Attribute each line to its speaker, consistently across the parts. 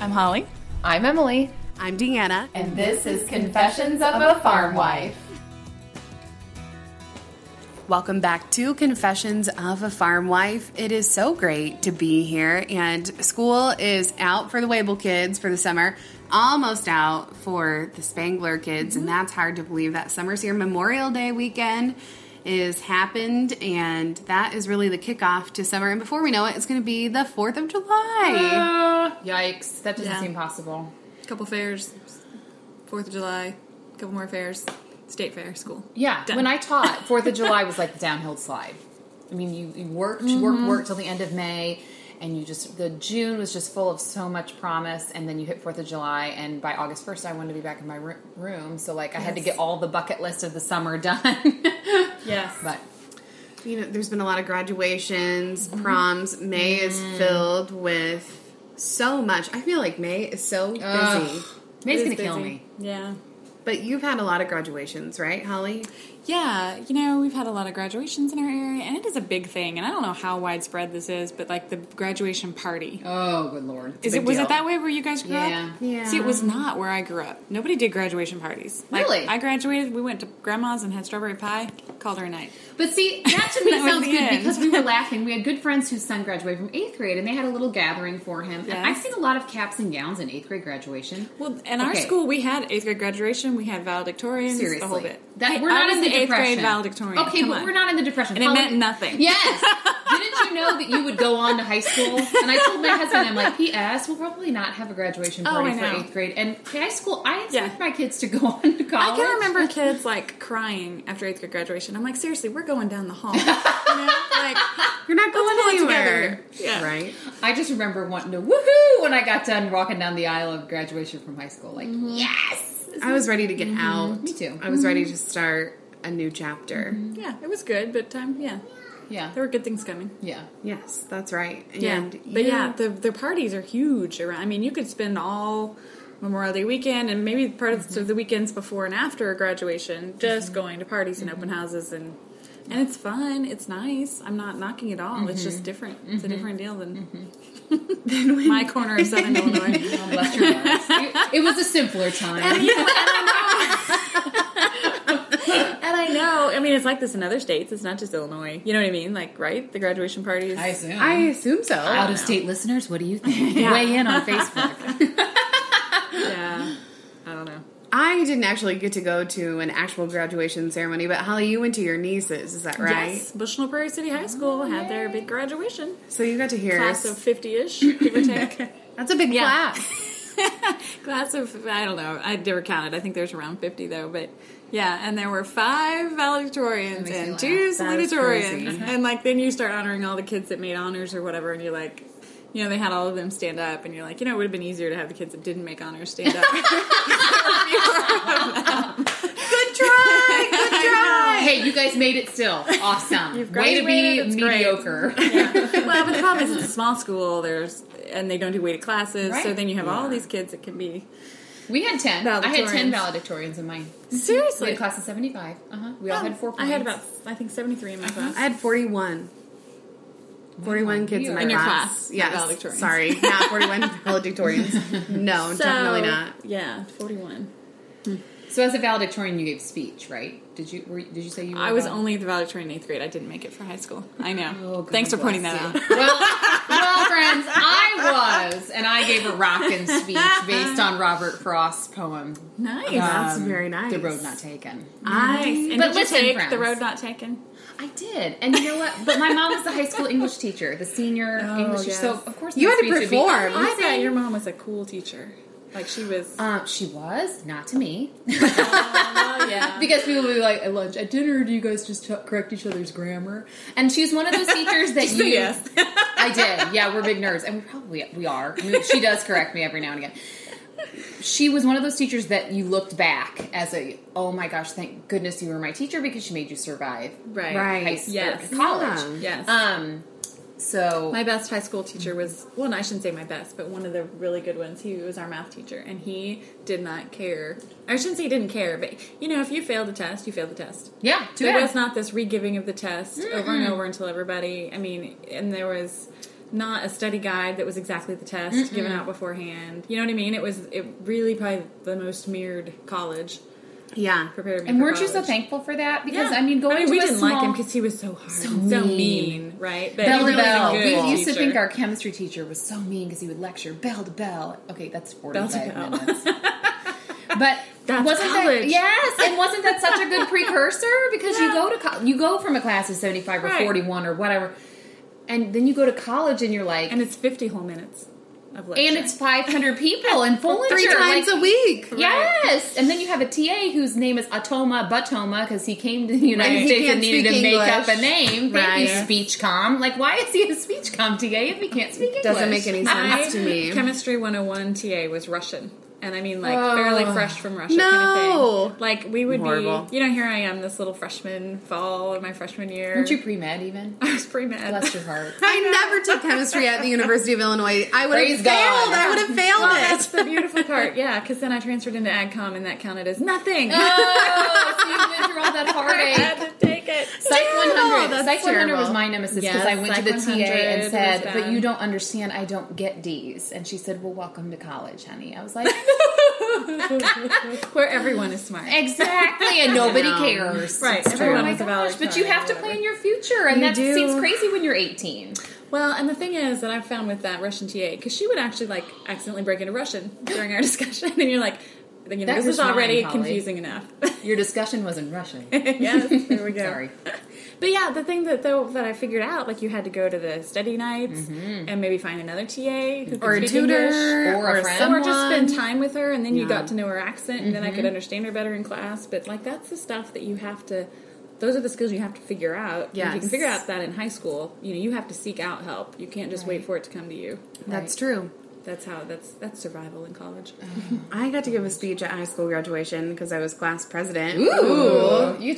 Speaker 1: I'm Holly.
Speaker 2: I'm Emily,
Speaker 3: I'm Deanna.
Speaker 2: and this is Confessions of a Farm Wife.
Speaker 3: Welcome back to Confessions of a Farm Wife. It is so great to be here, and school is out for the Wable kids for the summer, almost out for the Spangler kids, and that's hard to believe. That summer's here. Memorial Day weekend is happened, and that is really the kickoff to summer. And before we know it, it's going to be the 4th of July.
Speaker 2: Uh, yikes, that doesn't
Speaker 1: Yeah.
Speaker 2: seem possible.
Speaker 1: Couple fairs, Fourth of July, couple more fairs, state fair, school.
Speaker 2: Yeah, when I taught, Fourth of July was like the downhill slide. I mean, you, you worked, you
Speaker 1: Mm-hmm.
Speaker 2: worked, worked till the end of May, and you just the June was just full of so much promise, and then you hit Fourth of July, and by August first, I wanted to be back in my ro- room, so like I had to get all the bucket list of the summer done.
Speaker 1: Yes.
Speaker 2: but
Speaker 3: You know, there's been a lot of graduations, proms. May
Speaker 1: Mm.
Speaker 3: is filled with so much. I feel like May is so busy.
Speaker 2: Ugh. May's gonna kill me.
Speaker 1: Yeah.
Speaker 3: But you've had a lot of graduations, right, Holly?
Speaker 1: Yeah, you know, we've had a lot of graduations in our area, and it is a big thing. And I don't know how widespread this is, but like the graduation party.
Speaker 2: Oh, good lord!
Speaker 1: Is it was it that way where you guys grew
Speaker 2: Yeah.
Speaker 1: up?
Speaker 3: Yeah.
Speaker 1: See, it was not where I grew up. Nobody did graduation parties. Like,
Speaker 2: Really?
Speaker 1: I graduated. We went to grandma's and had strawberry pie. Called her a night.
Speaker 2: But see, that to me
Speaker 1: That was
Speaker 2: sounds
Speaker 1: the
Speaker 2: good
Speaker 1: end.
Speaker 2: because we were laughing. We had good friends whose son graduated from eighth grade, and they had a little gathering for him. And I've
Speaker 1: Yes.
Speaker 2: seen a lot of caps and gowns in eighth grade graduation.
Speaker 1: Well, in our
Speaker 2: Okay.
Speaker 1: school, we had eighth grade graduation. We had valedictorians.
Speaker 2: seriously,
Speaker 1: the whole bit.
Speaker 2: That,
Speaker 1: Hey,
Speaker 2: we're
Speaker 1: I
Speaker 2: not
Speaker 1: was
Speaker 2: in the,
Speaker 1: eighth
Speaker 2: depression.
Speaker 1: grade valedictorian.
Speaker 2: Okay,
Speaker 1: Come
Speaker 2: but
Speaker 1: on.
Speaker 2: we're not in the depression.
Speaker 1: And it
Speaker 2: Holly-
Speaker 1: meant nothing.
Speaker 2: Yes. Didn't you know that you would go on to high school? And I told my husband, I'm like, P.S. We'll probably not have a graduation
Speaker 1: Oh,
Speaker 2: party
Speaker 1: I
Speaker 2: for
Speaker 1: know.
Speaker 2: eighth grade. And high school, I expect
Speaker 1: Yeah.
Speaker 2: my kids to go on to college.
Speaker 1: I can remember kids like crying after eighth grade graduation. I'm like, seriously, we're going down the hall. You know? Like,
Speaker 3: You're not going
Speaker 1: all
Speaker 3: anywhere,
Speaker 1: together. Yeah.
Speaker 3: right?
Speaker 2: I just remember wanting to woohoo when I got done walking down the aisle of graduation from high school. Like,
Speaker 1: Mm-hmm.
Speaker 2: yes!
Speaker 3: I was ready to get out.
Speaker 2: Me too.
Speaker 3: I was ready to start a new chapter.
Speaker 1: yeah, it was good, but time, yeah,
Speaker 2: Yeah.
Speaker 1: there were good things coming.
Speaker 2: Yeah.
Speaker 3: Yes, that's right. And
Speaker 1: yeah, but yeah, the the parties are huge. Around, I mean, you could spend all Memorial Day weekend and maybe part of the weekends before and after graduation just going to parties and open houses and and it's fun. It's nice. I'm not knocking it all. It's just different. It's a different deal than my corner of Southern Illinois.
Speaker 2: Oh, bless your hearts. It, it was a simpler time.
Speaker 1: And I know. I mean, it's like this in other states. It's not just Illinois. You know what I mean? Like, right? The graduation parties.
Speaker 2: assume.
Speaker 3: I assume so.
Speaker 2: Out of state listeners, what do you think? Weigh in on Facebook.
Speaker 1: yeah. I don't know.
Speaker 3: I didn't actually get to go to an actual graduation ceremony, but Holly, you went to your niece's, is that right?
Speaker 1: Yes, Bushnell Prairie City High School had their big graduation.
Speaker 3: So you got to hear.
Speaker 1: Class of 50-ish, give or take.
Speaker 3: That's a big
Speaker 1: Yeah.
Speaker 3: class.
Speaker 1: Class of, I don't know. I never counted. I think there's around 50, though. But, yeah. And there were five
Speaker 2: That
Speaker 1: valedictorians
Speaker 2: makes me
Speaker 1: and
Speaker 2: laugh.
Speaker 1: two
Speaker 3: That is
Speaker 1: salutatorians.
Speaker 3: crazy.
Speaker 1: And, like, then you start honoring all the kids that made honors or whatever. And you're like... You know, they had all of them stand up, and you're like, you know, it would have been easier to have the kids that didn't make honors stand up.
Speaker 3: Good try. Good try.
Speaker 2: Hey, you guys made it still. Awesome. Way to
Speaker 1: graduated,
Speaker 2: be
Speaker 1: it's great.
Speaker 2: mediocre.
Speaker 1: well, but the problem is it's a small school. There's and they don't do weighted classes, so
Speaker 2: Right.
Speaker 1: then you have all these kids that can be
Speaker 2: We had 10. I had 10 valedictorians in mine. We had
Speaker 1: seriously. Oh,
Speaker 2: a class of 75. Uh-huh. We all had four
Speaker 1: I
Speaker 2: points.
Speaker 1: had Uh-huh. about I think seventy three in my class.
Speaker 3: I had 41. 41 kids in
Speaker 2: you
Speaker 3: my
Speaker 2: are- In
Speaker 1: your class,
Speaker 3: class.
Speaker 1: not
Speaker 3: Yes.
Speaker 1: valedictorians.
Speaker 3: Sorry, not 41 valedictorians. No,
Speaker 1: So,
Speaker 3: definitely not.
Speaker 1: Yeah, forty one.
Speaker 2: So as a valedictorian, you gave speech, right? Did you? Were, you- did you say you? Were
Speaker 1: I was
Speaker 2: valed-
Speaker 1: only the valedictorian in eighth grade. I didn't make it for high school. I know.
Speaker 2: Oh, God
Speaker 1: Thanks for pointing
Speaker 2: bless
Speaker 1: that out.
Speaker 2: you. Well, well, friends, I was, and I gave a rockin' speech based on Robert Frost's poem. um,
Speaker 1: Nice.
Speaker 3: That's very nice.
Speaker 2: The road not taken.
Speaker 1: nice. And
Speaker 2: But
Speaker 1: did
Speaker 2: listen,
Speaker 1: you take
Speaker 2: friends.
Speaker 1: the road not taken?
Speaker 2: I did, and you know what? But my mom was the high school English teacher, the senior
Speaker 1: Oh,
Speaker 2: English.
Speaker 1: yes.
Speaker 2: So of course,
Speaker 3: You
Speaker 2: my
Speaker 3: had to
Speaker 2: speech would be
Speaker 3: perform.
Speaker 2: amazing.
Speaker 1: I bet your mom was a cool teacher. Like she was.
Speaker 2: Uh, she was not to me
Speaker 1: oh yeah.
Speaker 2: because we would be like at lunch, at dinner. Do you guys just t- correct each other's grammar? And she's one of those teachers that you.
Speaker 1: yes.
Speaker 2: I did. Yeah, we're big nerds, and we probably we are. I mean, she does correct me every now and again. She was one of those teachers that you looked back as a, oh my gosh, thank goodness you were my teacher because she made you survive
Speaker 1: Right.
Speaker 3: Right.
Speaker 2: high school,
Speaker 1: Yes.
Speaker 3: Yeah.
Speaker 2: college.
Speaker 1: Yes.
Speaker 2: Um, so
Speaker 1: My best high school teacher was well, no, I shouldn't say my best, but one of the really good ones. He was our math teacher, and he did not care. I shouldn't say he didn't care, but you know, if you failed a test, you failed the test.
Speaker 2: yeah, too
Speaker 1: There
Speaker 2: bad.
Speaker 1: was not this re-giving of the test over and over until everybody. I mean, and there was. not a study guide that was exactly the test given out beforehand. You know what I mean? It was it really probably the most mirrored college
Speaker 3: Yeah.
Speaker 1: prepared me.
Speaker 2: And
Speaker 1: for
Speaker 2: weren't you so
Speaker 1: college.
Speaker 2: thankful for that?
Speaker 1: Yeah.
Speaker 2: Because I mean, going to
Speaker 1: we
Speaker 2: a
Speaker 1: didn't
Speaker 2: small
Speaker 1: like him because he was so hard, so mean, right? But
Speaker 2: bell
Speaker 1: he
Speaker 2: to
Speaker 1: really was a
Speaker 2: bell.
Speaker 1: good
Speaker 2: We used to
Speaker 1: teacher.
Speaker 2: think our chemistry teacher was so mean because he would lecture bell to bell. Okay, that's
Speaker 1: Bell to
Speaker 2: forty-five
Speaker 1: bell.
Speaker 2: minutes. But
Speaker 1: That's
Speaker 2: wasn't that
Speaker 1: college.
Speaker 2: yes? And wasn't that such a good precursor? Because you go to co- you go from a class of seventy-five or
Speaker 1: Right.
Speaker 2: forty-one or whatever, and then you go to college and you're like,
Speaker 1: and
Speaker 2: and it's,
Speaker 1: it's fifty whole minutes of lecture.
Speaker 2: five hundred people in Fullinger,
Speaker 3: Three times
Speaker 2: like-
Speaker 3: a week.
Speaker 2: Yes, and then you have a TA whose name is Atoma Batoma because he came to the United
Speaker 3: Right. He
Speaker 2: States and
Speaker 3: can't
Speaker 2: needed to
Speaker 3: speak
Speaker 2: make up a
Speaker 3: English.
Speaker 2: name. Thank you,
Speaker 3: Right.
Speaker 2: SpeechCom. Like, why is he a SpeechCom TA if he can't speak English?
Speaker 3: Doesn't make any
Speaker 1: My
Speaker 3: sense to me.
Speaker 1: Chemistry 101 TA was Russian. And I mean, like,
Speaker 3: Oh.
Speaker 1: fairly fresh from Russia
Speaker 3: No.
Speaker 1: kind of thing. Like, we would
Speaker 3: Horrible.
Speaker 1: be, you know, here I am, this little freshman fall of my freshman year.
Speaker 2: Aren't you pre med even?
Speaker 1: I was pretty mad.
Speaker 2: Bless your heart.
Speaker 3: I never took chemistry at the University of Illinois. I would
Speaker 2: Praise
Speaker 3: have failed.
Speaker 2: God.
Speaker 3: I would have failed
Speaker 1: Well,
Speaker 3: it.
Speaker 1: that's the beautiful part, yeah, because then I transferred into AgCom and that counted as nothing.
Speaker 2: oh, so you went through all that
Speaker 1: I
Speaker 2: heartache.
Speaker 1: had to take it.
Speaker 2: Psych
Speaker 3: Terrible.
Speaker 2: 100.
Speaker 3: That's
Speaker 2: Psych 100 was
Speaker 3: terrible.
Speaker 2: my nemesis because
Speaker 1: Yes,
Speaker 2: I went to
Speaker 1: Psych
Speaker 2: the TA
Speaker 1: 100
Speaker 2: and
Speaker 1: was
Speaker 2: said, "But
Speaker 1: bad.
Speaker 2: you don't understand. I don't get D's." And she said, "Well, welcome to college, honey." I was like,
Speaker 1: Where everyone is smart.
Speaker 2: "Exactly," and nobody
Speaker 3: No.
Speaker 2: cares.
Speaker 1: Right,
Speaker 2: It's
Speaker 1: everyone
Speaker 2: true.
Speaker 1: has a valid
Speaker 2: But you
Speaker 1: time,
Speaker 2: have to
Speaker 1: whatever.
Speaker 2: plan your future, and
Speaker 3: You
Speaker 2: that
Speaker 3: do.
Speaker 2: seems crazy when you're 18.
Speaker 1: Well, and the thing is that I found with that Russian TA, because she would actually like accidentally break into Russian during our discussion, and you're like, you know,
Speaker 2: That
Speaker 1: this
Speaker 2: was
Speaker 1: is already
Speaker 2: mine, Holly.
Speaker 1: confusing enough.
Speaker 2: Your discussion was in Russian.
Speaker 1: yes, there we go.
Speaker 2: Sorry.
Speaker 1: But yeah, the thing that though that I figured out, like you had to go to the study nights and maybe find another TA who could
Speaker 3: Mm-hmm. Or a
Speaker 1: speak
Speaker 3: tutor,
Speaker 1: English,
Speaker 2: or a friend.
Speaker 1: or just
Speaker 3: Someone. Mm-hmm.
Speaker 1: spend time with her, and then you got to know her accent, and then I could understand her better in class. But like that's the stuff that you have to. Those are the skills you have to figure out. If you
Speaker 3: Yes.
Speaker 1: can figure out that in high school, you know you have to seek out help. You can't just wait for it to come to you.
Speaker 3: That's true.
Speaker 1: That's how that's that's survival in college.
Speaker 3: Uh-huh. I got to give a speech at high school graduation because I was class president.
Speaker 2: You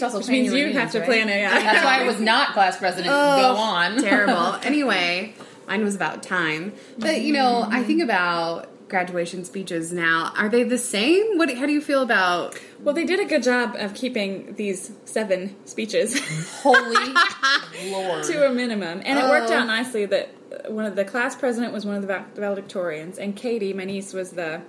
Speaker 2: also Which
Speaker 1: means you have to plan it. Yeah.
Speaker 2: That's why I was not class president.
Speaker 3: Ugh,
Speaker 2: Go on.
Speaker 3: terrible. Anyway, mine was about time. But you know, I think about graduation speeches now. Are they the same? What? How do you feel about?
Speaker 1: Well, they did a good job of keeping these seven speeches
Speaker 2: Holy lord.
Speaker 1: to a minimum, and it worked
Speaker 3: Oh.
Speaker 1: out nicely. That uh, one of the class president was one of the vac- valedictorians, and Katie, my niece, was the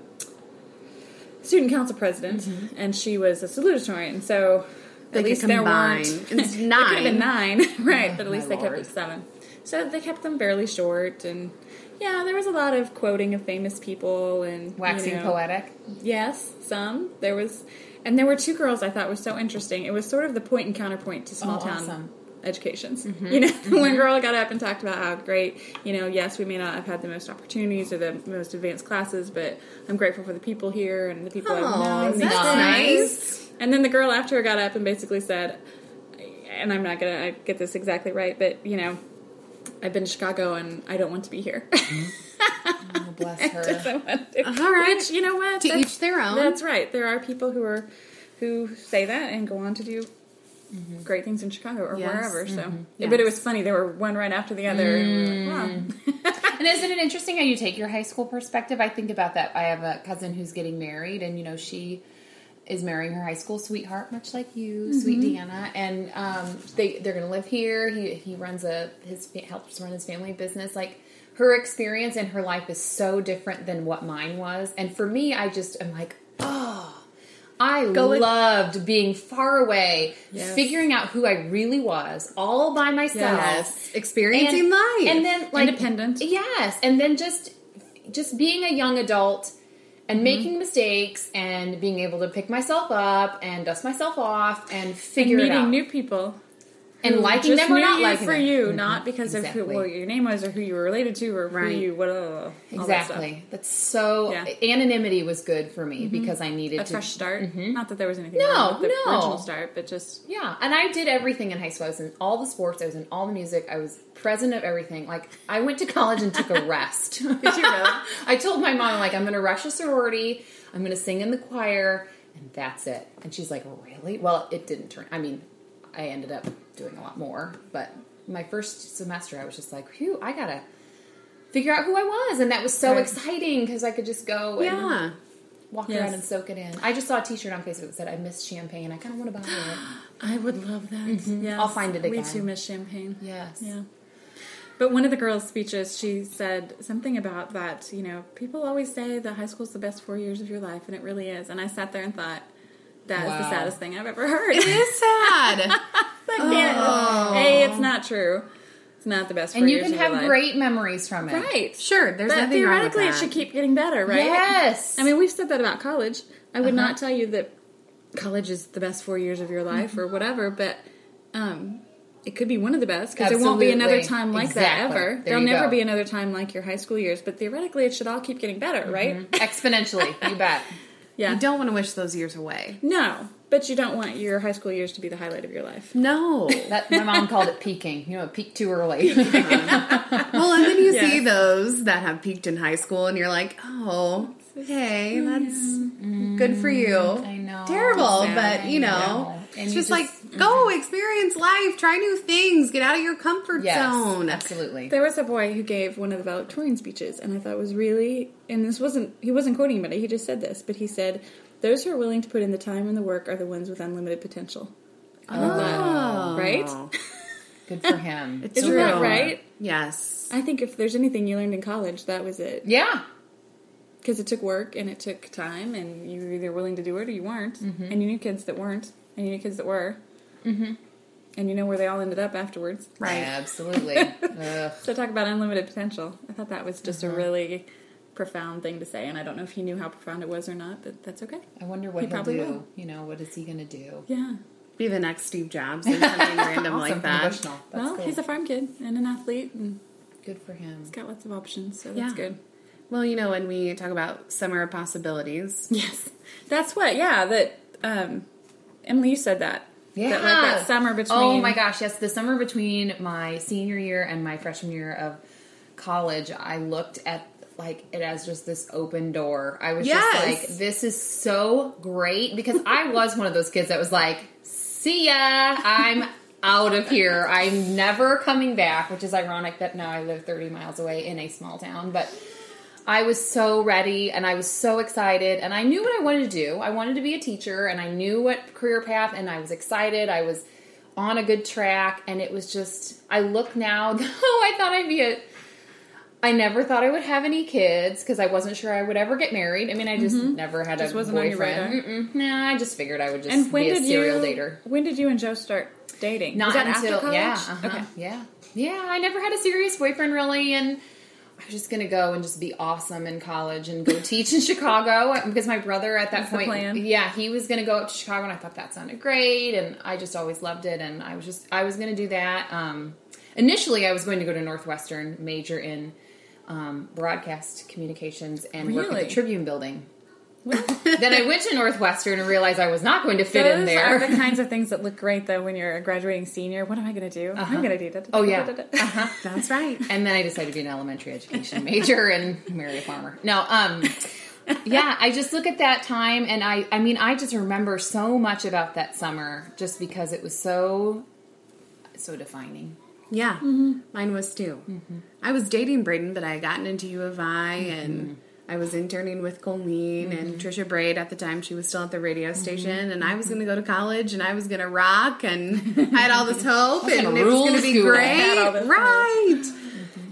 Speaker 1: student council president, and she was a salutatorian. So
Speaker 3: They
Speaker 1: at
Speaker 3: could
Speaker 1: least
Speaker 3: combine.
Speaker 1: there weren't
Speaker 3: It's
Speaker 1: there could have been nine, right?
Speaker 2: my
Speaker 1: but at least they
Speaker 2: lord.
Speaker 1: kept it seven. So they kept them fairly short, and yeah, there was a lot of quoting of famous people and you
Speaker 2: Waxing
Speaker 1: know,
Speaker 2: poetic.
Speaker 1: Yes, some. There was, and there were two girls I thought were so interesting. It was sort of the point and counterpoint to small
Speaker 2: Oh,
Speaker 1: town
Speaker 2: awesome.
Speaker 1: educations. You know, one girl got up and talked about how great, you know, yes, we may not have had the most opportunities or the most advanced classes, but I'm grateful for the people here and the people
Speaker 3: Oh,
Speaker 1: I've known.
Speaker 3: that's
Speaker 2: nice.
Speaker 3: nice.
Speaker 1: And then the girl after her got up and basically said, and I'm not gonna get this exactly right, but you know, I've been to Chicago and I don't want to be here.
Speaker 2: Oh, bless her.
Speaker 1: So,
Speaker 3: All right.
Speaker 1: Which you know what?
Speaker 3: To
Speaker 1: That's-
Speaker 3: each their own.
Speaker 1: That's right. There are people who are who say that and go on to do
Speaker 2: Mm-hmm.
Speaker 1: great things in Chicago or
Speaker 3: Yes.
Speaker 1: wherever. So, but it was funny. There were one right after the other. and we were like, wow.
Speaker 2: And isn't it interesting how you take your high school perspective? I think about that. I have a cousin who's getting married, and you know she is marrying her high school sweetheart, much like you,
Speaker 3: Mm-hmm.
Speaker 2: sweet Deanna. And um, they they're going to live here. He he runs a his fa- helps run his family business. Like her experience and her life is so different than what mine was. And for me, I just am like, oh, I
Speaker 3: with-
Speaker 2: loved being far away,
Speaker 1: Yes.
Speaker 2: figuring out who I really was, all by myself
Speaker 3: Yes. Experiencing life.
Speaker 2: and then like
Speaker 1: Independent.
Speaker 2: yes and then just just being a young adult and
Speaker 1: Mm-hmm.
Speaker 2: making mistakes and being able to pick myself up and dust myself off and figure
Speaker 1: meeting
Speaker 2: it out
Speaker 1: new people.
Speaker 2: and liking
Speaker 1: Just
Speaker 2: them or
Speaker 1: knew
Speaker 2: not
Speaker 1: you
Speaker 2: liking
Speaker 1: for
Speaker 2: them. Mm-hmm.
Speaker 1: you, not because of
Speaker 2: Exactly.
Speaker 1: who what your name was or who you were related to or
Speaker 3: Right.
Speaker 1: who you what. Uh, all that stuff.
Speaker 2: exactly that's so
Speaker 1: Yeah. Mm-hmm.
Speaker 2: anonymity was good for me because I needed
Speaker 1: A
Speaker 2: to
Speaker 1: fresh start. Not that there was anything
Speaker 2: Mm-hmm. No,
Speaker 1: wrong with the
Speaker 2: no.
Speaker 1: original start, but just
Speaker 2: yeah and I did everything in high school I was in all the sports I was in all the music I was present of everything like I went to college and took a rest
Speaker 1: did you really?
Speaker 2: I told my mom, like, I'm going to rush a sorority, I'm going to sing in the choir, and that's it. And she's like, Really? Well, it didn't turn. I mean, I ended up doing a lot more, but my first semester, I was just like, Whew, I got to figure out who I was. And that was so
Speaker 1: Right.
Speaker 2: exciting because I could just go and
Speaker 3: yeah.
Speaker 2: walk
Speaker 1: Yes.
Speaker 2: around and soak it in. I just saw a t shirt on Facebook that said, I miss champagne. I kind of want to buy it.
Speaker 1: I would love that. Yes.
Speaker 2: Mm-hmm. I'll find it
Speaker 1: We
Speaker 2: again.
Speaker 1: too miss champagne.
Speaker 2: Yes.
Speaker 1: Yeah. But one of the girls' speeches, she said something about that. You know, people always say that high school's the best four years of your life, and it really is. And I sat there and thought, that is the
Speaker 2: Wow.
Speaker 1: saddest thing I've ever heard.
Speaker 3: It is sad.
Speaker 1: I can't.
Speaker 3: Oh.
Speaker 1: A, it's not true. It's not the best.
Speaker 2: and
Speaker 1: four
Speaker 2: you
Speaker 1: years
Speaker 2: can
Speaker 1: of your
Speaker 2: have
Speaker 1: life.
Speaker 2: great memories from it.
Speaker 1: right.
Speaker 3: sure, there's
Speaker 1: but
Speaker 3: nothing wrong with
Speaker 1: theoretically,
Speaker 3: that.
Speaker 1: it should keep getting better, right?
Speaker 2: Yes.
Speaker 1: I mean, we've said that about college. I would
Speaker 2: Uh-huh.
Speaker 1: not tell you that college is the best four years of your life
Speaker 2: Mm-hmm.
Speaker 1: or whatever, but um, it could be one of the best because there won't be another
Speaker 2: Absolutely.
Speaker 1: time like that
Speaker 2: Exactly.
Speaker 1: ever.
Speaker 2: There
Speaker 1: will
Speaker 2: you
Speaker 1: never
Speaker 2: go.
Speaker 1: be another time like your high school years, but theoretically, it should all keep getting better,
Speaker 2: Mm-hmm.
Speaker 1: right?
Speaker 2: exponentially. You bet.
Speaker 1: Yeah.
Speaker 3: You don't want to wish those years away.
Speaker 1: no, but you don't want your high school years to be the highlight of your life.
Speaker 3: No.
Speaker 2: That my mom called it peaking. You know, peak too early.
Speaker 3: well, and then you see
Speaker 1: Yes.
Speaker 3: those that have peaked in high school, and you're like, oh, hey, that's good for you. I
Speaker 2: Mm. know.
Speaker 3: Terrible,
Speaker 1: Yeah,
Speaker 3: but you
Speaker 2: I
Speaker 3: know,
Speaker 2: know. And
Speaker 3: it's
Speaker 2: you
Speaker 3: just,
Speaker 2: just- mm-hmm.
Speaker 3: like, go experience life, try new things, get out of your comfort
Speaker 2: yes,
Speaker 3: zone.
Speaker 2: absolutely.
Speaker 1: There was a boy who gave one of the valedictorian speeches, and I thought was really, and this wasn't, he wasn't quoting anybody, he just said this, but he said, Those who are willing to put in the time and the work are the ones with unlimited potential. I love
Speaker 3: Oh.
Speaker 1: that. Right?
Speaker 2: Good for him. It's
Speaker 1: Isn't that right?
Speaker 3: Yes.
Speaker 1: I think if there's anything you learned in college, that was it.
Speaker 2: Yeah.
Speaker 1: Because it took work and it took time, and you were either willing to do it or you weren't.
Speaker 2: Mm-hmm.
Speaker 1: And you knew kids that weren't, and you knew kids that were. Mm-hmm. And you know where they all ended up afterwards.
Speaker 3: Right.
Speaker 2: Absolutely. Ugh.
Speaker 1: So talk about unlimited potential. I thought that was just
Speaker 2: Mm-hmm.
Speaker 1: a really profound thing to say, and I don't know if he knew how profound it was or not, but that's okay.
Speaker 2: I wonder what
Speaker 1: He
Speaker 2: he will
Speaker 1: probably
Speaker 2: do.
Speaker 1: will.
Speaker 2: You know, what is he going to do?
Speaker 1: Yeah.
Speaker 3: Be the next Steve Jobs or something random like
Speaker 2: Something
Speaker 3: that.
Speaker 2: Emotional. That's
Speaker 1: well,
Speaker 2: cool.
Speaker 1: he's a farm kid and an athlete, and
Speaker 2: good for him.
Speaker 1: he's got lots of options, so that's
Speaker 3: Yeah.
Speaker 1: good.
Speaker 3: Well, you know, when we talk about summer of possibilities,
Speaker 1: Yes, that's what. Yeah, that um, Emily, you said that.
Speaker 2: Yeah.
Speaker 1: that, like, that summer between.
Speaker 2: Oh my gosh, yes, the summer between my senior year and my freshman year of college, I looked at like it as just this open door. I was
Speaker 3: Yes.
Speaker 2: just like, this is so great because I was one of those kids that was like, see ya, I'm out of here. I'm never coming back, which is ironic that now I live 30 miles away in a small town, but I was so ready and I was so excited and I knew what I wanted to do. I wanted to be a teacher and I knew what career path and I was excited. I was on a good track and it was just I look now, though I thought I'd be a I never thought I would have any kids because I wasn't sure I would ever get married. I mean, I just never had
Speaker 1: Mm-hmm. Just
Speaker 2: a
Speaker 1: wasn't on your
Speaker 2: boyfriend. Mm-mm. Nah, I just figured I would just
Speaker 1: And when
Speaker 2: be a
Speaker 1: did
Speaker 2: serial
Speaker 1: you?
Speaker 2: dater.
Speaker 1: When did you and Joe start dating?
Speaker 2: Not
Speaker 1: Was that
Speaker 2: until
Speaker 1: after college?
Speaker 2: yeah, uh-huh,
Speaker 1: Okay.
Speaker 2: yeah, yeah. I never had a serious boyfriend really, and I was just gonna go and just be awesome in college and go teach in Chicago because my brother at that
Speaker 1: the
Speaker 2: point,
Speaker 1: plan.
Speaker 2: yeah, he was gonna go up to Chicago, and I thought that sounded great, and I just always loved it, and I was just I was gonna do that. Um, initially, I was going to go to Northwestern, major in um, broadcast communications, and work at
Speaker 1: Really?
Speaker 2: the Tribune Building. then I went to Northwestern and realized I was not going to fit in
Speaker 1: Those
Speaker 2: there.
Speaker 1: are the kinds of things that look great though when you're a graduating senior. What am I going to do? I'm going to do that.
Speaker 2: Oh, yeah.
Speaker 3: that's right.
Speaker 2: and then I decided to be an elementary education major and marry a farmer. No, um, yeah, I just look at that time and I, I mean, I just remember so much about that summer just because it was so, so defining.
Speaker 3: Yeah, mine was too. I was dating Braden, but I had gotten into U of I and I was interning with Colleen and Trisha Braid at the time. She was still at the radio station, and I was going to go to college and I was going to rock and I had all this hope
Speaker 2: gonna
Speaker 3: and it was
Speaker 2: rule
Speaker 3: going to be
Speaker 2: school. I
Speaker 1: had all
Speaker 3: great,
Speaker 1: this
Speaker 3: right?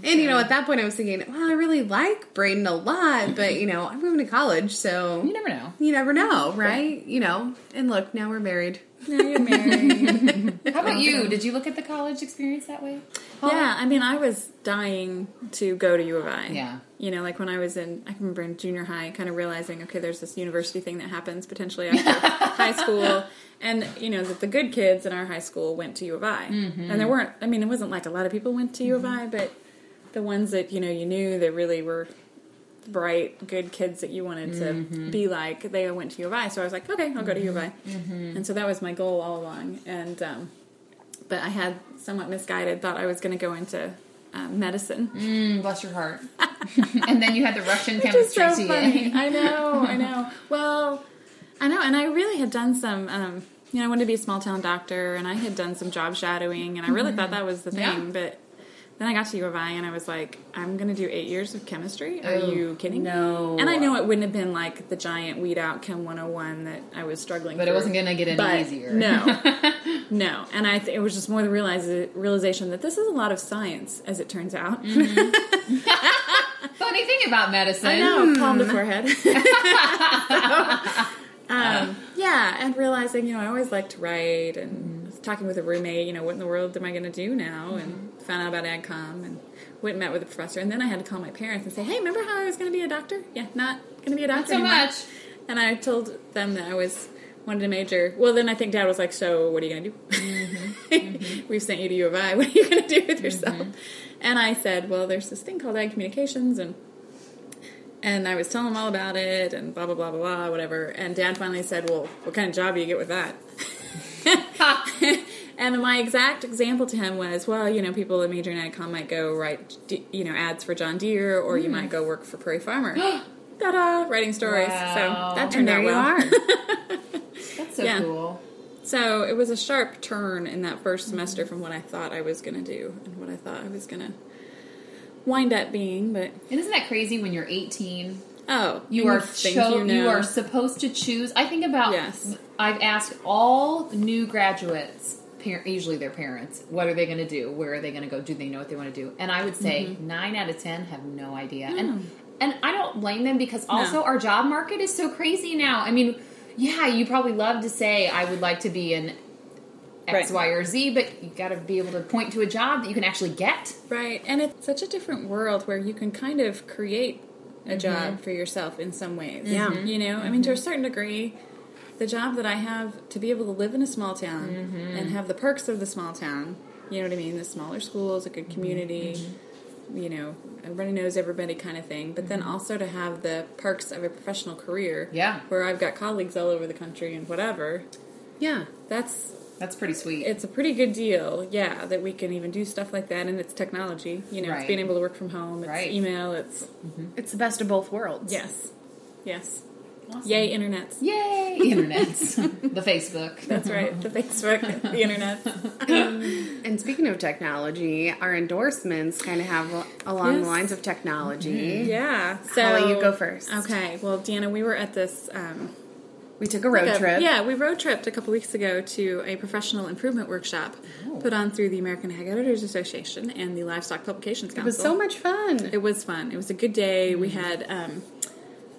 Speaker 3: And you know, at that point, I was thinking, well, I really like Braden a lot, but you know, I'm going to college, so
Speaker 2: You never know.
Speaker 3: you never know, right? You know, and look, now we're married.
Speaker 1: Now you're married.
Speaker 2: How about you? Did you look at the college experience that way?
Speaker 1: Yeah, I mean, I was dying to go to U of I.
Speaker 2: Yeah.
Speaker 1: You know, like when I was in, I can remember in junior high, kind of realizing, okay, there's this university thing that happens potentially after high school. And, you know, that the good kids in our high school went to U of I. And there weren't, I mean, it wasn't like a lot of people went to U of I, but the ones that, you know, you knew that really were bright, good kids that you wanted to be like, they all went to U of I. So I was like, okay, I'll go to U of I. And so that was my goal all along. And, um, but I had somewhat misguided, thought I was going to go into um, medicine.
Speaker 2: Mm, bless your heart. and then you had the Russian
Speaker 1: Which is
Speaker 2: chemistry
Speaker 1: so
Speaker 2: TA.
Speaker 1: funny. I know, I know. Well, I know, and I really had done some. Um, you know, I wanted to be a small town doctor, and I had done some job shadowing, and I really thought that was the thing.
Speaker 2: Mm-hmm. Yeah.
Speaker 1: But then I got to U of I, and I was like, I'm going to do eight years of chemistry. Are
Speaker 2: Oh,
Speaker 1: you kidding?
Speaker 3: no.
Speaker 1: me? And I know it wouldn't have been like the giant weed out Chem 101 that I was struggling.
Speaker 2: But it
Speaker 1: through.
Speaker 2: wasn't gonna get any
Speaker 1: But
Speaker 2: easier.
Speaker 1: No, No, and I th- it was just more the realize- realization that this is a lot of science, as it turns out.
Speaker 2: Mm. Funny thing about medicine.
Speaker 1: I know, palm to forehead. um, yeah, and realizing, you know, I always liked to write and
Speaker 2: Mm-hmm.
Speaker 1: talking with a roommate, you know, what in the world am I going to do now? And
Speaker 2: Mm-hmm.
Speaker 1: found out about AdCom and went and met with a professor. And then I had to call my parents and say, hey, remember how I was going to be a doctor? Yeah, not going to be a doctor
Speaker 2: so
Speaker 1: anymore.
Speaker 2: much.
Speaker 1: And I told them that I was wanted to major. Well, then I think dad was like, so what are you going to do? We've sent you to U of I. What are you going to do with yourself? And I said, well, there's this thing called ag communications and and I was telling him all about it and blah blah blah blah blah whatever. And Dad finally said, "Well, what kind of job do you get with that?" and my exact example to him was, "Well, you know, people that major in adcom might go write, d- you know, ads for John Deere, or
Speaker 2: Hmm.
Speaker 1: you might go work for Prairie Farmer." Ta-da! Writing stories.
Speaker 2: Wow.
Speaker 1: So that
Speaker 2: And
Speaker 1: turned
Speaker 3: there
Speaker 1: out
Speaker 3: you
Speaker 1: well.
Speaker 3: are.
Speaker 2: That's so
Speaker 1: Yeah.
Speaker 2: cool.
Speaker 1: So it was a sharp turn in that
Speaker 2: Hmm.
Speaker 1: first semester from what I thought I was going to do and what I thought I was going to wind up being. But
Speaker 2: And isn't that crazy when you're 18?
Speaker 1: oh,
Speaker 2: You are
Speaker 1: think
Speaker 2: cho-
Speaker 1: you, know.
Speaker 2: you are supposed to choose. I think about
Speaker 1: Yes.
Speaker 2: I've asked all new graduates, par- usually their parents, what are they going to do? Where are they going to go? Do they know what they want to do? And I would say
Speaker 1: Mm-hmm.
Speaker 2: 9 out of 10 have no idea. And and I don't blame them because also our job market is so crazy now. I mean, yeah, you probably love to say I would like to be an X,
Speaker 1: Right.
Speaker 2: Y, or Z, but you got to be able to point to a job that you can actually get.
Speaker 1: Right, and it's such a different world where you can kind of create a job for yourself in some ways.
Speaker 3: Yeah. Mhm.
Speaker 1: You know, I mean, to a certain degree, the job that I have to be able to live in a small town and have the perks of the small town, you know what I mean? The smaller schools, a good community, you know, everybody knows everybody kind of thing. But then also to have the perks of a professional career
Speaker 2: Yeah.
Speaker 1: where I've got colleagues all over the country and whatever.
Speaker 3: Yeah.
Speaker 1: That's
Speaker 2: That's pretty sweet.
Speaker 1: it's a pretty good deal, yeah, that we can even do stuff like that, and it's technology. You know,
Speaker 2: Right.
Speaker 1: it's being able to work from home, it's
Speaker 2: Right.
Speaker 1: email, it's
Speaker 3: It's the best of both worlds.
Speaker 1: yes, yes,
Speaker 2: Awesome.
Speaker 1: yay, internets.
Speaker 2: Yay! Internets. the Facebook.
Speaker 1: That's right, the Facebook, the internet.
Speaker 3: And speaking of technology, our endorsements kind of have al- along
Speaker 1: Yes.
Speaker 3: the lines of technology.
Speaker 1: Yeah. So
Speaker 3: Holly, you go first.
Speaker 1: Okay. Well, Deanna, we were at this um,
Speaker 3: We took a road
Speaker 1: like a-
Speaker 3: trip.
Speaker 1: Yeah, we road tripped a couple weeks ago to a professional improvement workshop put on through the American Ag Editors Association and the Livestock Publications Council.
Speaker 3: It was so much fun.
Speaker 1: It was fun. It was a good day. We had um,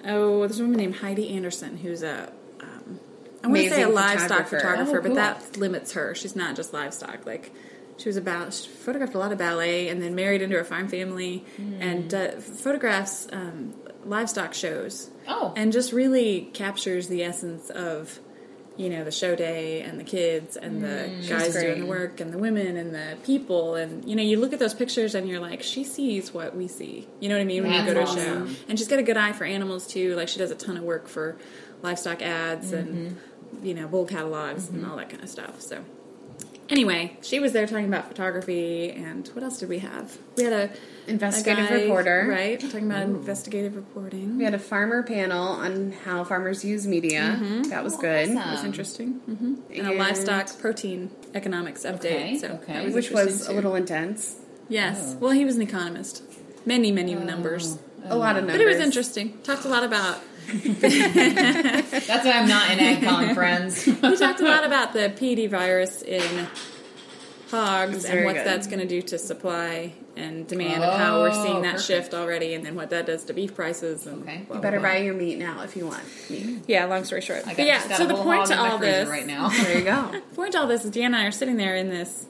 Speaker 1: oh, there's a woman named Heidi Anderson who's a um, I want to say a
Speaker 3: Amazing
Speaker 1: livestock
Speaker 3: photographer.
Speaker 1: photographer,
Speaker 2: Oh,
Speaker 1: but
Speaker 2: cool.
Speaker 1: that limits her. She's not just livestock. Like she was about she photographed a lot of ballet and then married into a farm family and uh, photographs um, livestock shows.
Speaker 2: Oh.
Speaker 1: and just really captures the essence of. You know the show day and the kids and the guys doing the
Speaker 3: great.
Speaker 1: work work and the women and the people and you know you look at those pictures and you're like she sees what we see you know what i mean when you
Speaker 2: That's
Speaker 1: go to a
Speaker 2: awesome.
Speaker 1: show and she's got a good eye for animals too like she does a ton of work for livestock ads and you know bull catalogs and all that kind of stuff so anyway she was there talking about photography and what else did we have we had a
Speaker 3: Investigative
Speaker 1: a guy,
Speaker 3: reporter.
Speaker 1: right talking about investigative reporting
Speaker 3: We had a farmer panel on how farmers use media.
Speaker 1: Mm-hmm.
Speaker 3: That was
Speaker 2: Oh,
Speaker 3: good.
Speaker 2: awesome.
Speaker 1: That was interesting hmm and, a
Speaker 3: And-
Speaker 1: livestock protein economics update
Speaker 2: Okay,
Speaker 1: so
Speaker 2: okay.
Speaker 1: that was
Speaker 3: Which was
Speaker 1: interesting,
Speaker 3: a
Speaker 1: too.
Speaker 3: little intense.
Speaker 1: Yes. Well, he was an economist. Many, many numbers.
Speaker 3: A lot of numbers.
Speaker 1: Oh, But it was interesting. Talked a lot about.
Speaker 2: That's why I'm not in AgCon, friends.
Speaker 1: He talked a lot about the PD virus in hogs and
Speaker 3: very
Speaker 1: what
Speaker 3: good.
Speaker 1: that's going to do to supply and demand of how we're seeing
Speaker 2: Oh,
Speaker 1: that
Speaker 2: perfect.
Speaker 1: shift already, and then what that does to beef prices. And
Speaker 2: Okay.
Speaker 1: blah,
Speaker 3: You better
Speaker 1: blah,
Speaker 3: buy your meat now if you want.
Speaker 1: blah. Yeah. Long story short.
Speaker 2: I
Speaker 1: But
Speaker 2: got,
Speaker 1: yeah.
Speaker 2: just got
Speaker 1: So
Speaker 2: a
Speaker 1: the
Speaker 2: whole
Speaker 1: point
Speaker 2: hog
Speaker 1: to
Speaker 2: in my
Speaker 1: all
Speaker 2: freezer
Speaker 1: this
Speaker 2: right now.
Speaker 1: Mm.
Speaker 3: There you go.
Speaker 1: point to all this is Deanna and I are sitting there in this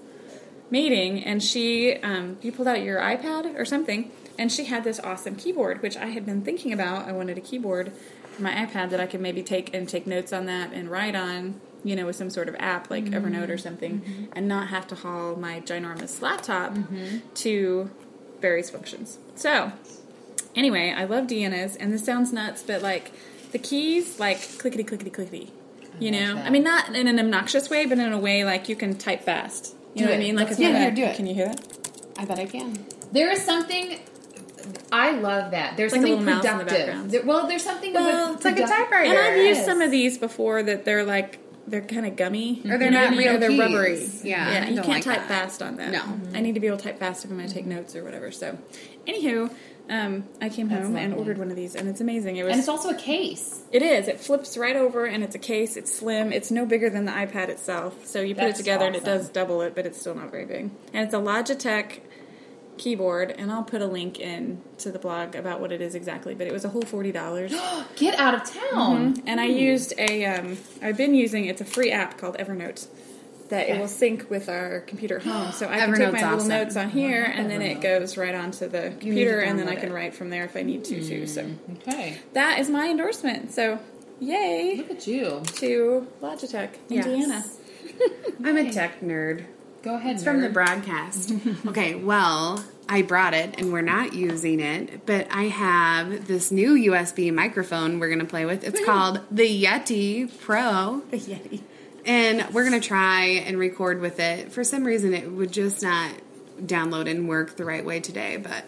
Speaker 1: meeting, and she, um, you pulled out your iPad or something, and she had this awesome keyboard, which I had been thinking about. I wanted a keyboard for my iPad that I could maybe take and take notes on that and write on, you know, with some sort of app like Evernote
Speaker 2: Mm-hmm.
Speaker 1: or something, and not have to haul my ginormous laptop
Speaker 2: Mm-hmm.
Speaker 1: to various functions. So, anyway, I love Deanna's, and this sounds nuts, but like the keys, like clickety clickety clickety. You
Speaker 2: love
Speaker 1: know,
Speaker 2: that.
Speaker 1: I mean, not in an obnoxious way, but in a way like you can type fast. You
Speaker 2: Do
Speaker 1: know what
Speaker 2: it.
Speaker 1: I mean? Like,
Speaker 2: Let's
Speaker 1: if you're
Speaker 3: do it.
Speaker 1: like-
Speaker 3: Do it.
Speaker 1: Can you hear that?
Speaker 3: I bet I can.
Speaker 2: There is something. I love that. There's
Speaker 1: Like a
Speaker 2: something
Speaker 1: little mouse in the
Speaker 2: productive.
Speaker 1: background.
Speaker 2: There- well, there's something.
Speaker 3: Well,
Speaker 2: with
Speaker 3: it's like a
Speaker 2: product-
Speaker 3: typewriter.
Speaker 1: And I've
Speaker 3: There
Speaker 1: used
Speaker 2: is.
Speaker 1: some of these before that they're like they're kind of gummy
Speaker 3: Or they're
Speaker 1: Mm-hmm. You know
Speaker 3: not
Speaker 1: what I mean?
Speaker 3: real
Speaker 1: Or they're
Speaker 3: keys.
Speaker 1: rubbery.
Speaker 3: Yeah, I
Speaker 1: you
Speaker 3: don't
Speaker 1: can't
Speaker 3: like
Speaker 1: type
Speaker 3: that.
Speaker 1: fast on that.
Speaker 3: No.
Speaker 1: I need to be able to type fast if I'm going to take notes or whatever. So, anywho, Um, I came
Speaker 2: That's
Speaker 1: home and
Speaker 2: lovely.
Speaker 1: ordered one of these, and it's amazing. It was
Speaker 2: And it's also a case.
Speaker 1: It is. It flips right over, and it's a case. It's slim. It's no bigger than the iPad itself. So you put
Speaker 2: That's
Speaker 1: it together, and it
Speaker 2: awesome.
Speaker 1: does double it, but it's still not very big. And it's a Logitech keyboard, and I'll put a link in to the blog about what it is exactly. But it was a whole forty dollars,
Speaker 2: Get out of town.
Speaker 1: and I used a. Um, I've been using. It's a free app called Evernote. That it will sync with our computer at home, so I can take
Speaker 3: Evernote's
Speaker 1: my little
Speaker 3: awesome.
Speaker 1: notes on here, and then it goes right onto the computer, and then I
Speaker 2: download
Speaker 1: can
Speaker 2: it. Hmm.
Speaker 1: write from there if I need to too. So
Speaker 3: Mm-hmm.
Speaker 2: Okay.
Speaker 1: that is my endorsement. So, yay!
Speaker 2: Look at you.
Speaker 1: to Logitech,
Speaker 3: Yes.
Speaker 1: Indiana.
Speaker 3: I'm a tech nerd.
Speaker 2: Go ahead.
Speaker 3: It's from the
Speaker 2: nerd.
Speaker 3: broadcast. okay, well, I brought it and we're not using it, but I have this new USB microphone we're going to play with. It's called the Yeti Pro.
Speaker 1: The Yeti.
Speaker 3: And we're going to try and record with it. For some reason, it would just not download and work the right way today, but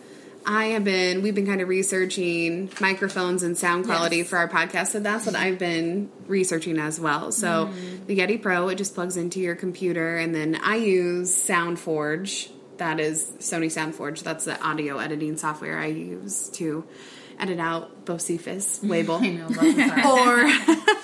Speaker 3: I have been, we've been kind of researching microphones and sound quality for our podcast. So that's what I've been researching as well. So the Yeti Pro, it just plugs into your computer. And then I use SoundForge. That is Sony SoundForge. That's the audio editing software I use to edit out Bocephus label.
Speaker 2: I know, love the sound.
Speaker 3: or,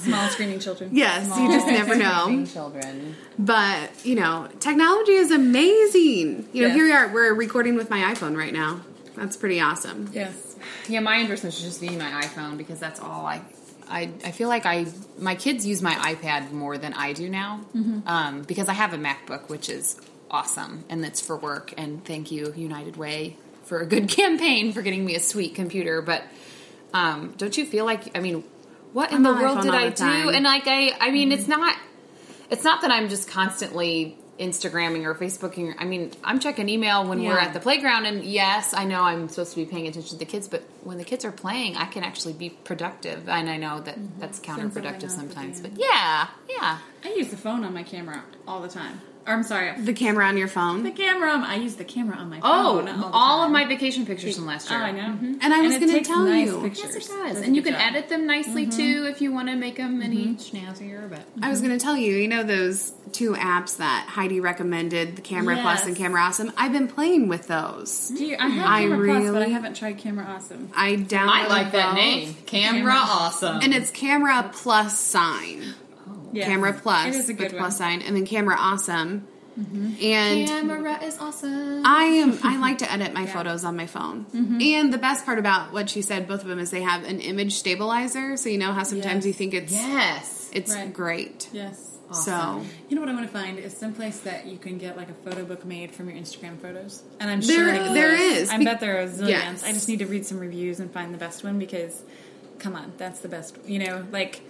Speaker 1: Small screaming children.
Speaker 3: yes, you just never know.
Speaker 2: Amazing Children.
Speaker 3: But you know, technology is amazing. You know,
Speaker 1: Yes.
Speaker 3: here we are. We're recording with my iPhone right now. That's pretty awesome.
Speaker 1: Yes.
Speaker 2: Yeah, my endorsement should just be my iPhone because that's all I. I, I feel like I my kids use my iPad more than I do now
Speaker 3: Mm-hmm.
Speaker 2: um, because I have a MacBook which is awesome and it's for work and thank you United Way for a good campaign for getting me a sweet computer but um, don't you feel like I mean what in
Speaker 3: I'm
Speaker 2: the
Speaker 3: on
Speaker 2: world
Speaker 3: iPhone
Speaker 2: did
Speaker 3: all
Speaker 2: I
Speaker 3: the time.
Speaker 2: do and like I I mean it's
Speaker 1: Mm-hmm.
Speaker 2: not it's not that I'm just constantly Instagramming or Facebooking. I mean, I'm checking email when we're
Speaker 3: Yeah.
Speaker 2: at the playground, and yes, I know I'm supposed to be paying attention to the kids, but when the kids are playing, I can actually be productive, and I know that that's counterproductive
Speaker 1: Mm-hmm. Something else at
Speaker 2: sometimes.
Speaker 1: the
Speaker 2: But yeah, yeah,
Speaker 1: I use the phone on my camera all the time. Or I'm sorry,
Speaker 3: The camera on your
Speaker 1: the
Speaker 3: phone.
Speaker 1: camera. on- I use the camera on my
Speaker 2: oh,
Speaker 1: phone.
Speaker 2: all, of my vacation pictures from last
Speaker 1: Oh,
Speaker 2: year.
Speaker 1: I know.
Speaker 3: And I was
Speaker 1: it
Speaker 3: gonna
Speaker 1: takes
Speaker 3: tell
Speaker 1: nice
Speaker 3: you.
Speaker 1: Pictures.
Speaker 2: Yes, it
Speaker 1: Does
Speaker 2: does,
Speaker 1: a
Speaker 2: and you
Speaker 1: good
Speaker 2: can
Speaker 1: job. Mm-hmm.
Speaker 2: edit them nicely too if you want to make them any schnazzier. But
Speaker 3: I was going to tell you. You know those two apps that Heidi recommended, the Camera Plus
Speaker 1: Yes.
Speaker 3: and Camera Awesome. I've been playing with those.
Speaker 1: Do you, I have
Speaker 3: I
Speaker 1: camera Plus, but I
Speaker 3: really-
Speaker 1: haven't tried camera awesome.
Speaker 3: I downloaded.
Speaker 2: I like that
Speaker 3: both.
Speaker 2: name, Camera Awesome,
Speaker 3: And it's Camera Plus sign.
Speaker 1: Yes.
Speaker 3: Camera Plus
Speaker 1: It is a
Speaker 3: with
Speaker 1: good one. Mm-hmm.
Speaker 3: plus sign, and then Camera Awesome. And
Speaker 2: Camera is awesome.
Speaker 3: I am. I like to edit my photos on my phone.
Speaker 1: Mm-hmm.
Speaker 3: And the best part about what she said, both of them, is they have an image stabilizer. So you know how sometimes
Speaker 1: Yes.
Speaker 3: you think it's
Speaker 2: yes,
Speaker 3: it's
Speaker 1: Right.
Speaker 3: great.
Speaker 1: Yes.
Speaker 3: So
Speaker 1: You know what I want to find is someplace that you can get like a photo book made from your Instagram photos, and I'm
Speaker 3: There-
Speaker 1: sure it
Speaker 3: there
Speaker 1: exists.
Speaker 3: is.
Speaker 1: I
Speaker 3: Be-
Speaker 1: bet there are zillions.
Speaker 3: Yes.
Speaker 1: I just need to read some reviews and find the best one because, come on, that's the best. You know, like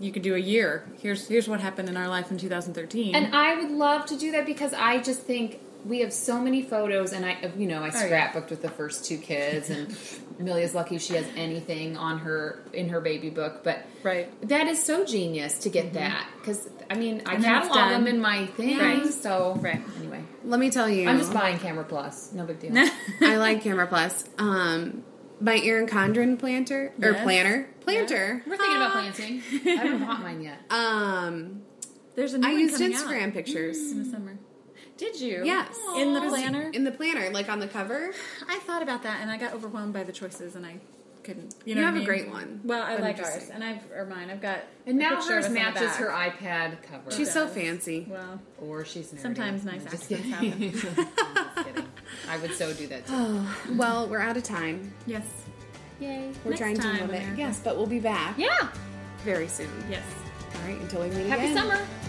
Speaker 1: you could do a year. Here's here's what happened in our life in 2013.
Speaker 2: And I would love to do that because I just think we have so many photos, and I, you know, I
Speaker 1: Oh, yeah.
Speaker 2: scrapbooked with the first two kids, and Amelia's lucky she has anything on her in her baby book, but
Speaker 1: Right.
Speaker 2: that is so genius to get that because I mean I
Speaker 1: And then it's
Speaker 2: catalog them
Speaker 1: done.
Speaker 2: in my thing,
Speaker 1: Right.
Speaker 2: so
Speaker 1: Right.
Speaker 2: Anyway,
Speaker 3: let me tell you,
Speaker 2: I'm just buying Camera Plus, no big deal.
Speaker 3: I like Camera Plus. Um, by Erin Condren planter or
Speaker 1: Yes.
Speaker 3: planner planter.
Speaker 2: We're thinking about planting. I haven't bought mine yet.
Speaker 3: Um,
Speaker 1: There's a new
Speaker 3: I
Speaker 1: one
Speaker 3: used
Speaker 1: coming
Speaker 3: Instagram
Speaker 1: out
Speaker 3: pictures.
Speaker 1: in the summer. Did you?
Speaker 3: Yes,
Speaker 1: In the planner.
Speaker 3: in the planner, like on the cover.
Speaker 1: I thought about that and I got overwhelmed by the choices and I couldn't.
Speaker 3: You
Speaker 1: You, know what
Speaker 3: have
Speaker 1: I
Speaker 3: a
Speaker 1: mean?
Speaker 3: great one.
Speaker 1: Well, I
Speaker 3: But
Speaker 1: like
Speaker 3: I'm just
Speaker 1: ours and I've or mine. I've got
Speaker 2: And
Speaker 1: a
Speaker 2: now
Speaker 1: picture
Speaker 2: hers
Speaker 1: of us on the
Speaker 2: matches
Speaker 1: back.
Speaker 2: her iPad cover.
Speaker 3: She's so
Speaker 1: does.
Speaker 3: fancy.
Speaker 1: Well,
Speaker 2: or she's nerdy.
Speaker 1: Sometimes nice
Speaker 2: I'm just
Speaker 1: accidents
Speaker 2: kidding. I'm just kidding. I would so do that too.
Speaker 3: Well, we're out of time.
Speaker 1: yes,
Speaker 2: Yay.
Speaker 3: We're
Speaker 1: Next
Speaker 3: trying to
Speaker 1: time,
Speaker 3: live it.
Speaker 1: America.
Speaker 3: Yes, but we'll be back
Speaker 2: Yeah.
Speaker 3: very soon.
Speaker 1: yes.
Speaker 3: All right, until we meet
Speaker 2: Happy
Speaker 3: again.
Speaker 2: summer.